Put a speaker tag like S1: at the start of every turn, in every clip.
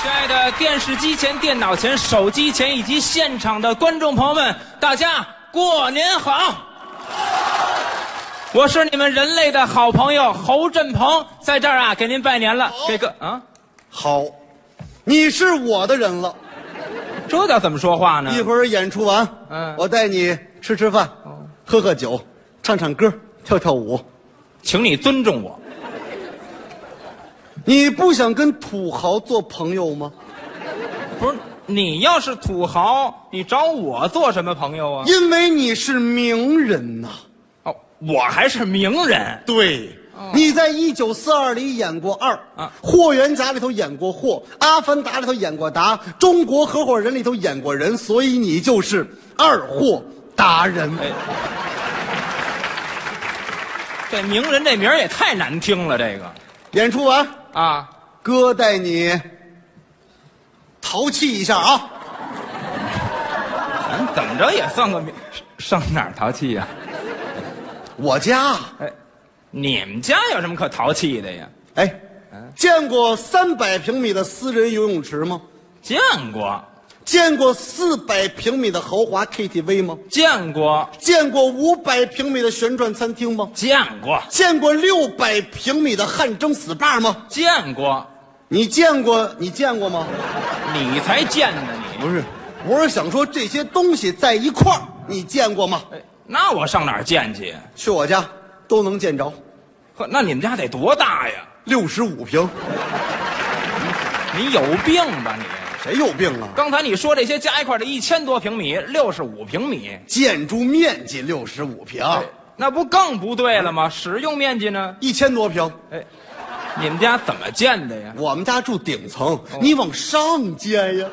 S1: 亲爱的电视机前、电脑前、手机前以及现场的观众朋友们，大家过年好！我是你们人类的好朋友侯振鹏，在这儿啊给您拜年了。给个啊，
S2: 好，你是我的人了。
S1: 这叫怎么说话呢
S2: 一？会儿演出完，
S1: 嗯
S2: 我带你吃吃饭，喝喝酒，唱唱歌，跳跳舞。
S1: 请你尊重我。
S2: 你不想跟土豪做朋友吗？
S1: 哦不是你要是土豪，你找我做什么朋友啊？
S2: 因为你是名人呐、
S1: 哦，我还是名人。
S2: 对，哦你在《一九四二》里演过二，
S1: 啊
S2: 霍元甲》里头演过霍，《阿凡达》里头演过达，《中国合伙人》里头演过人，所以你就是二货达人。
S1: 哎这名人这名儿也太难听了，这个
S2: 演出完，
S1: 啊，
S2: 哥带你淘气一下啊！
S1: 咱怎么着也算个名，上上哪儿淘气呀、
S2: 我家，
S1: 哎，你们家有什么可淘气的呀？
S2: 哎，见过三百平米的私人游泳池吗？
S1: 见过，
S2: 见过四百平米的豪华 KTV 吗？
S1: 见过，
S2: 见过五百平米的旋转餐厅吗？
S1: 见过，
S2: 见过六百平米的汗蒸 SPA 吗？
S1: 见过，
S2: 你见过？你见过吗？
S1: 你才见呢你。
S2: 不是，我是想说这些东西在一块儿，你见过吗？
S1: 哎，那我上哪儿见去？
S2: 去我家都能见着，
S1: 呵，那你们家得多大呀？
S2: 六十五平，
S1: 你有病吧你？
S2: 谁有病啊？
S1: 刚才你说这些加一块儿得一千多平米，六十五平米，
S2: 建筑面积六十五平，
S1: 那不更不对了吗？使用面积呢？
S2: 一千多平。
S1: 哎，你们家怎么建的呀？
S2: 我们家住顶层，你往上建呀。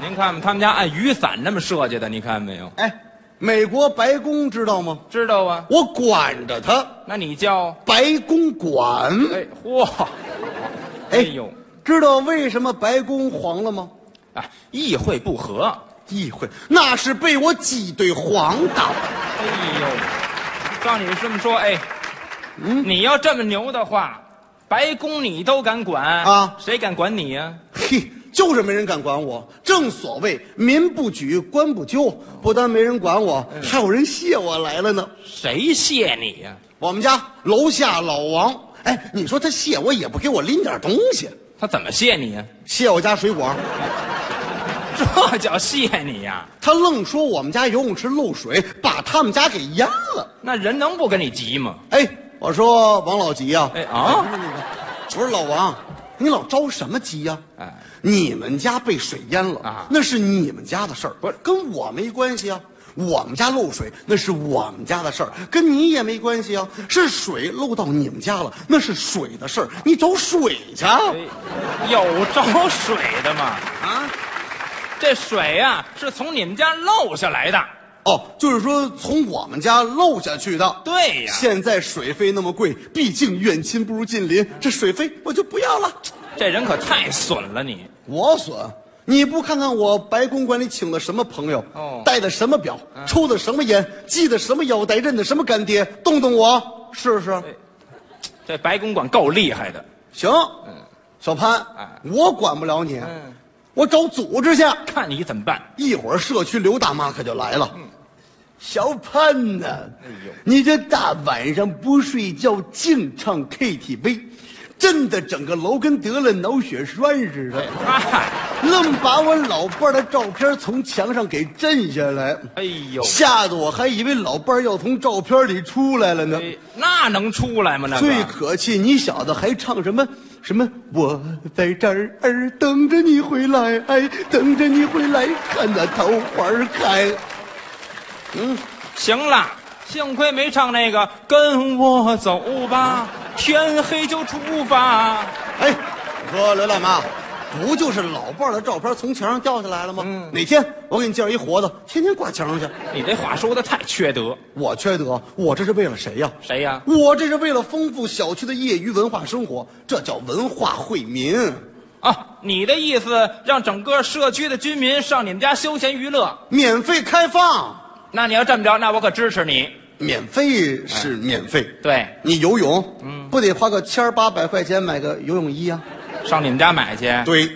S1: 您看吧，他们家按雨伞那么设计的，你看没有？
S2: 哎，美国白宫知道吗？
S1: 知道啊？
S2: 我管着它，
S1: 那你叫
S2: 白宫管。
S1: 哎嚯，哎呦，
S2: 知道为什么白宫黄了吗？
S1: 啊，议会不和，
S2: 议会那是被我挤兑黄的。
S1: 哎呦，照你这么说，哎，你要这么牛的话，白宫你都敢管
S2: 啊
S1: 谁敢管你呀、
S2: 嘿，就是没人敢管我。正所谓民不举，官不究。不但没人管我，还有人谢我来了呢。
S1: 谁谢你呀、
S2: 我们家楼下老王，哎，你说他谢我也不给我拎点东西，
S1: 他怎么谢你呀、
S2: 谢我家水果，
S1: 这叫谢你呀、
S2: 他愣说我们家游泳池漏水，把他们家给淹了。
S1: 那人能不跟你急吗？
S2: 哎，我说王老吉呀、
S1: 哎啊，
S2: 我说老王，你老着什么急呀、
S1: 哎
S2: 你们家被水淹了
S1: 啊
S2: 那是你们家的事儿，
S1: 不是
S2: 跟我没关系啊。我们家漏水，那是我们家的事儿，跟你也没关系啊。是水漏到你们家了，那是水的事儿，你找水去啊。
S1: 哎有找水的吗？这水呀、是从你们家漏下来的。
S2: 哦，就是说从我们家漏下去的。
S1: 对呀、
S2: 现在水费那么贵，毕竟远亲不如近邻，这水费我就不要了。
S1: 这人可太损了你。
S2: 我损，你不看看我白公馆里请的什么朋友，
S1: 哦
S2: 戴的什么表，抽的什么烟，系的什么腰带，认的什么干爹，动动我试试。
S1: 这白公馆够厉害的，
S2: 行，小潘
S1: 嗯哎，嗯
S2: 我管不了你，我找组织去。
S1: 看你怎么办。
S2: 一会儿社区刘大妈可就来
S1: 嗯
S2: 了。小潘呐，
S1: 哎
S2: 你这大晚上不睡觉，净唱 KTV，震得整个楼跟得了脑血栓似的。
S1: 哎，
S2: 愣把我老伴儿的照片从墙上给震下来，
S1: 哎呦，
S2: 吓得我还以为老伴儿要从照片里出来了呢。
S1: 哎那能出来吗？那个
S2: 最可气，你小子还唱什么什么？我在这儿儿等着你回来，哎，等着你回来，看那桃花儿开。
S1: 行了，幸亏没唱那个“跟我走吧，天黑就出发
S2: 哎，我说刘大妈，不就是老伴儿的照片从墙上掉下来了吗？哪天我给你介绍一活的，天天挂墙上去。”。
S1: 你这话说的太缺德。
S2: 我缺德，我这是为了谁呀、
S1: 谁呀
S2: 我这是为了丰富小区的业余文化生活，这叫文化惠民。
S1: 啊，你的意思让整个社区的居民上你们家休闲娱乐？
S2: 免费开放，
S1: 那你要这么着，那我可支持你。
S2: 免费是免费。
S1: 对，
S2: 你游泳，不得花个千儿八百块钱买个游泳衣啊？
S1: 上你们家买去？
S2: 对，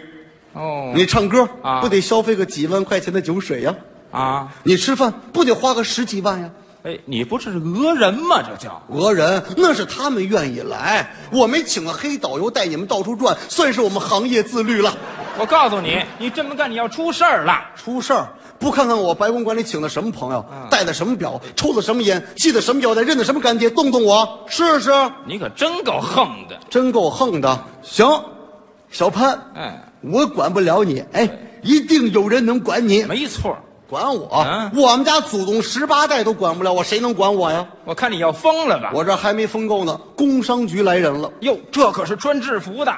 S1: 哦，
S2: 你唱歌
S1: 啊
S2: 不得消费个几万块钱的酒水呀？
S1: 啊，
S2: 你吃饭不得花个十几万呀？
S1: 哎，你不是讹人吗？这叫
S2: 讹人那是他们愿意来，我们请个黑导游带你们到处转，算是我们行业自律了。
S1: 我告诉你，你这么干你要出事儿了。
S2: 出事儿不看看我白公馆里请的什么朋友，带的什么表，抽的什么烟，系的什么腰带，认的什么干爹，动动我试试，
S1: 你可真够横的。
S2: 真够横的。行，小潘，
S1: 哎，
S2: 我管不了你，哎，一定有人能管你，
S1: 没错，
S2: 管我，
S1: 啊
S2: 我们家祖宗十八代都管不了我，谁能管我呀？
S1: 我看你要疯了吧？
S2: 我这还没疯够呢，工商局来人了，
S1: 哟，这可是穿制服的，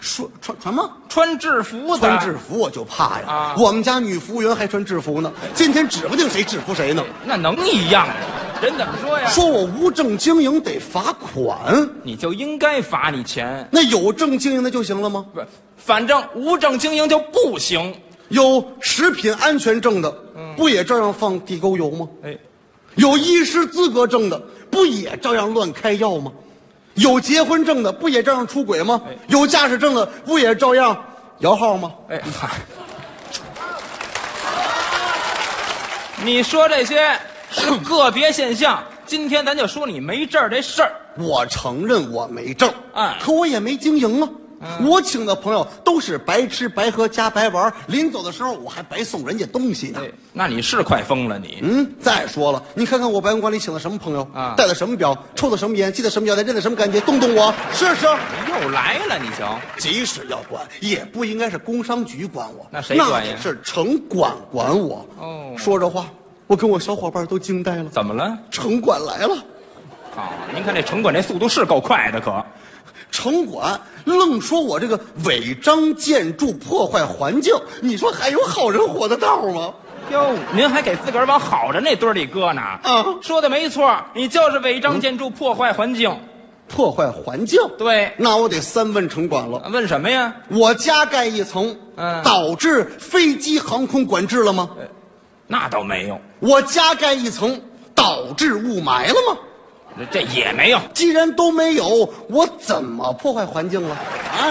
S2: 说穿什么？
S1: 穿制服的，
S2: 穿制服我就怕呀！
S1: 啊
S2: 我们家女服务员还穿制服呢，今天指不定谁制服谁呢。
S1: 那能一样吗？人怎么说呀？
S2: 说我无证经营得罚款，
S1: 你就应该罚你钱，
S2: 那有证经营的就行了吗？
S1: 不是，反正无证经营就不行。
S2: 有食品安全证的，不也照样放地沟油吗？
S1: 哎，
S2: 有医师资格证的，不也照样乱开药吗？有结婚证的，不也照样出轨吗？有驾驶证的，不也照样摇号吗？
S1: 哎，嗨，你说这些是个别现象，今天咱就说你没证儿这事儿。
S2: 我承认我没证，
S1: 哎嗯
S2: 可我也没经营啊。我请的朋友都是白吃白喝加白玩，临走的时候我还白送人家东西呢。
S1: 哎，那你是快疯了你。
S2: 嗯，再说了，你看看我白云馆里请的什么朋友
S1: 啊
S2: 戴的什么表，抽的什么烟，系的什么腰带，认的什么干爹，动动我试试。
S1: 又来了，你瞧，
S2: 即使要管，也不应该是工商局管我，
S1: 那谁管呀
S2: 得是城管管我。
S1: 哦
S2: 说这话，我跟我小伙伴都惊呆了，
S1: 怎么了？
S2: 城管来了。
S1: 啊，您看这城管这速度是够快的，可
S2: 城管愣说我这个违章建筑破坏环境，你说还有好人活的道吗？
S1: 哟，您还给自个儿往好人那堆儿里搁呢。
S2: 嗯
S1: 说的没错，你就是违章建筑，破坏环境。
S2: 破坏环境，
S1: 对，
S2: 那我得三问城管了。
S1: 问什么呀？
S2: 我加盖一层，
S1: 嗯
S2: 导致飞机航空管制了吗？
S1: 那倒没有，
S2: 我加盖一层，导致雾霾了吗？
S1: 这这也没有。
S2: 既然都没有，我怎么破坏环境了？啊，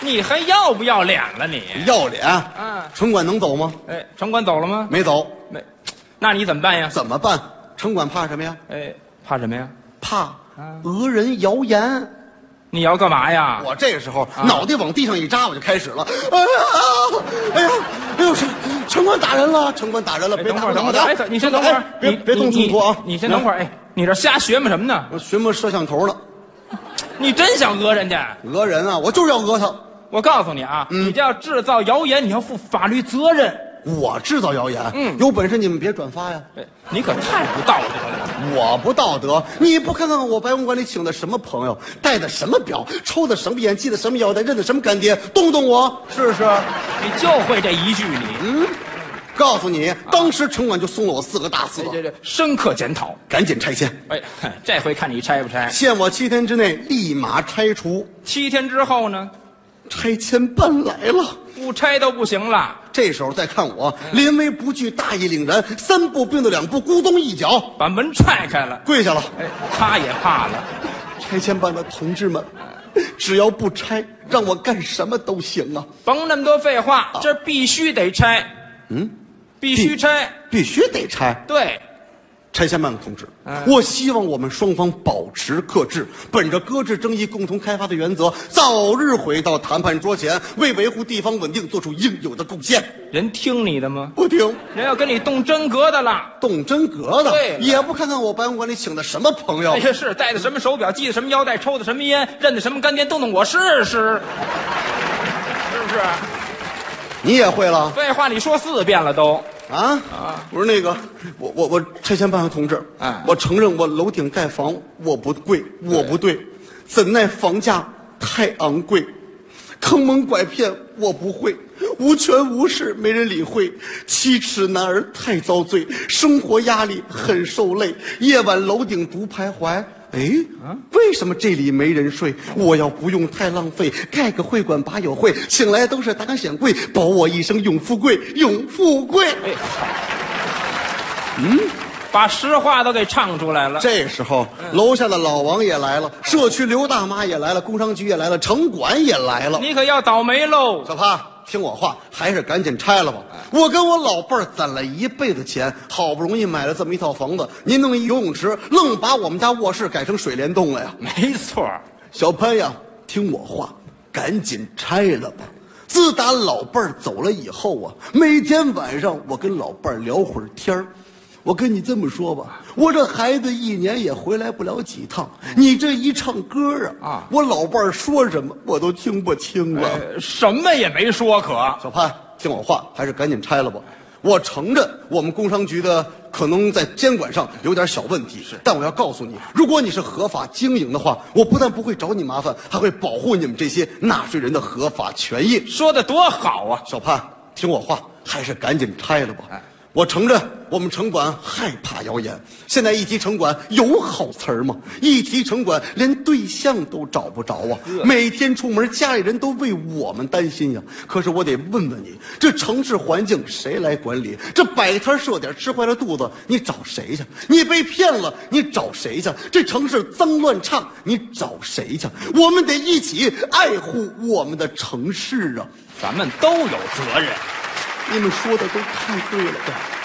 S1: 你还要不要脸了你？
S2: 要脸！
S1: 嗯
S2: 城管能走吗？
S1: 哎，城管走了吗？
S2: 没走，
S1: 没，那你怎么办呀？
S2: 怎么办？城管怕什么呀？
S1: 哎，怕什么呀？
S2: 怕讹人谣言。
S1: 你要干嘛呀？
S2: 我这时
S1: 啊
S2: 候脑袋往地上一扎，我就开始了。哎呀，哎呀，哎呦，城城管打人了，城管打人了，
S1: 哎
S2: 别
S1: 等
S2: 打
S1: 会儿，等
S2: 我脑
S1: 会儿，
S2: 袋！
S1: 哎，你先等会儿
S2: 哎，别
S1: 你
S2: 别动
S1: 你
S2: 冲突啊！
S1: 你你先等会
S2: 儿，
S1: 儿，哎，你这瞎学嘛什么呢？
S2: 我寻摸摄像头呢。
S1: 你真想讹人家？
S2: 讹人啊，我就是要讹他。
S1: 我告诉你啊，
S2: 嗯
S1: 你这要制造谣言，你要负法律责任。
S2: 我制造谣言，
S1: 嗯
S2: 有本事你们别转发呀！
S1: 哎你可太不道德了！
S2: 我不道德，你不看看我白公馆里请的什么朋友，戴的什么表，抽的什么烟，系的什么腰带，认的什么干爹，动动我试试。
S1: 你就会这一句你，
S2: 告诉你，当时城管就送了我四个大
S1: 你
S2: 色，
S1: 哎这这深刻检讨。
S2: 赶紧拆迁，
S1: 哎，哼这回看你拆不拆？
S2: 限我七天之内立马拆除。
S1: 七天之后呢？
S2: 拆迁办来了。
S1: 不拆都不行了，
S2: 这时候再看我，临危不惧，大义凛然，三步并作两步，咕咚一脚
S1: 把门踹开了。
S2: 跪下了。
S1: 哎，他也怕了。
S2: 拆迁办的同志们，只要不拆，让我干什么都行啊！
S1: 甭那么多废话，这必须得拆。嗯，必须拆。
S2: 必须得拆。
S1: 对，
S2: 拆迁办的同志，我希望我们双方保持克制，本着搁置争议、共同开发的原则，早日回到谈判桌前，为维护地方稳定做出应有的贡献。
S1: 人听你的吗？
S2: 不听。
S1: 人要跟你动真格的了。
S2: 动真格的，
S1: 对了
S2: 也不看看我白公馆里请的什么朋友
S1: 哎，呀，是戴的什么手表，系的什么腰带，抽的什么烟，认的什么干爹，动动我试试，是不是？
S2: 你也会了。
S1: 废话，你说四遍了都。
S2: 啊不是那个，我我我拆迁办的同志，
S1: 哎
S2: 我承认我楼顶盖房我不贵，我不对，怎奈房价太昂贵，坑蒙拐骗我不会，无权无势没人理会，七尺男儿太遭罪，生活压力很受累，夜晚楼顶独徘徊。哎，为什么这里没人睡？我要不用太浪费，盖个会馆把友会，请来都是达官显贵，保我一生永富贵，永富贵。
S1: 哎，嗯，把实话都给唱出 来了。
S2: 这时候，楼下的老王也来了，社区刘大妈也来了，工商局也来了，城管也来了。
S1: 你可要倒霉喽！
S2: 小胖，听我话，还是赶紧拆了吧。我跟我老伴儿攒了一辈子钱，好不容易买了这么一套房子，您弄一游泳池，愣把我们家卧室改成水帘洞了呀！
S1: 没错儿，
S2: 小潘呀，听我话，赶紧拆了吧。自打老伴儿走了以后啊，每天晚上我跟老伴儿聊会儿天儿。我跟你这么说吧，我这孩子一年也回来不了几趟，你这一唱歌啊，
S1: 啊
S2: 我老伴儿说什么我都听不清了。
S1: 呃什么也没说可。
S2: 小潘，听我话，还是赶紧拆了吧。我承认我们工商局的可能在监管上有点小问题，但我要告诉你，如果你是合法经营的话，我不但不会找你麻烦，还会保护你们这些纳税人的合法权益。
S1: 说的多好啊！
S2: 小潘，听我话，还是赶紧拆了吧。我承认我们城管害怕谣言，现在一提城管有好词儿吗？一提城管，连对象都找不着啊！每天出门，家里人都为我们担心呀。可是我得问问你，这城市环境谁来管理？这摆摊设点吃坏了肚子，你找谁去？你被骗了，你找谁去？这城市脏乱差，你找谁去？我们得一起爱护我们的城市啊！
S1: 咱们都有责任。
S2: 你们说的都太对了，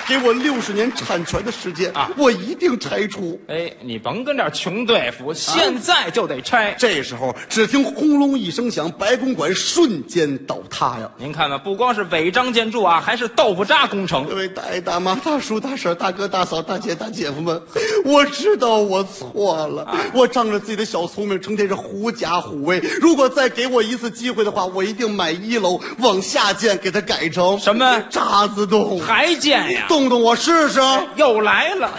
S2: 给我六十年产权的时间
S1: 啊
S2: 我一定拆除。
S1: 哎，你甭跟这儿穷对付，现在就得拆。
S2: 这时候，只听轰隆一声响，白公馆瞬间倒塌呀！
S1: 您看看，不光是违章建筑啊，还是豆腐渣工程
S2: 各。位大爷、大妈、大叔、大婶、大哥、大嫂、大姐、大姐夫们，我知道我错了，
S1: 啊
S2: 我仗着自己的小聪明，成天是狐假虎威。如果再给我一次机会的话，我一定买一楼往下建，给它改成
S1: 什么
S2: 渣滓洞，
S1: 还建呀？哎
S2: 动动我试试。
S1: 又来了，